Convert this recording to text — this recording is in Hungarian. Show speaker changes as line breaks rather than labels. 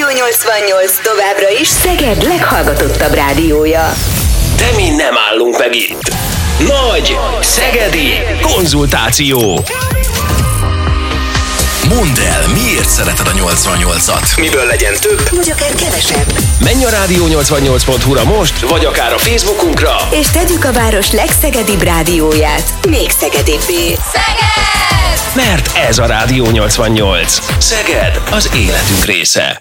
88 továbbra is Szeged leghallgatottabb rádiója.
De mi nem állunk meg itt. Nagy Szegedi Konzultáció.
Mondd el, miért szereted a 88-at?
Miből legyen több,
Vagy akár kevesebb.
menj a rádió 88.hu-ra most, vagy akár a Facebookunkra,
És tegyük a város legszegedibb rádióját. Még szegedibbé.
mert ez a Rádió 88. Szeged az életünk része.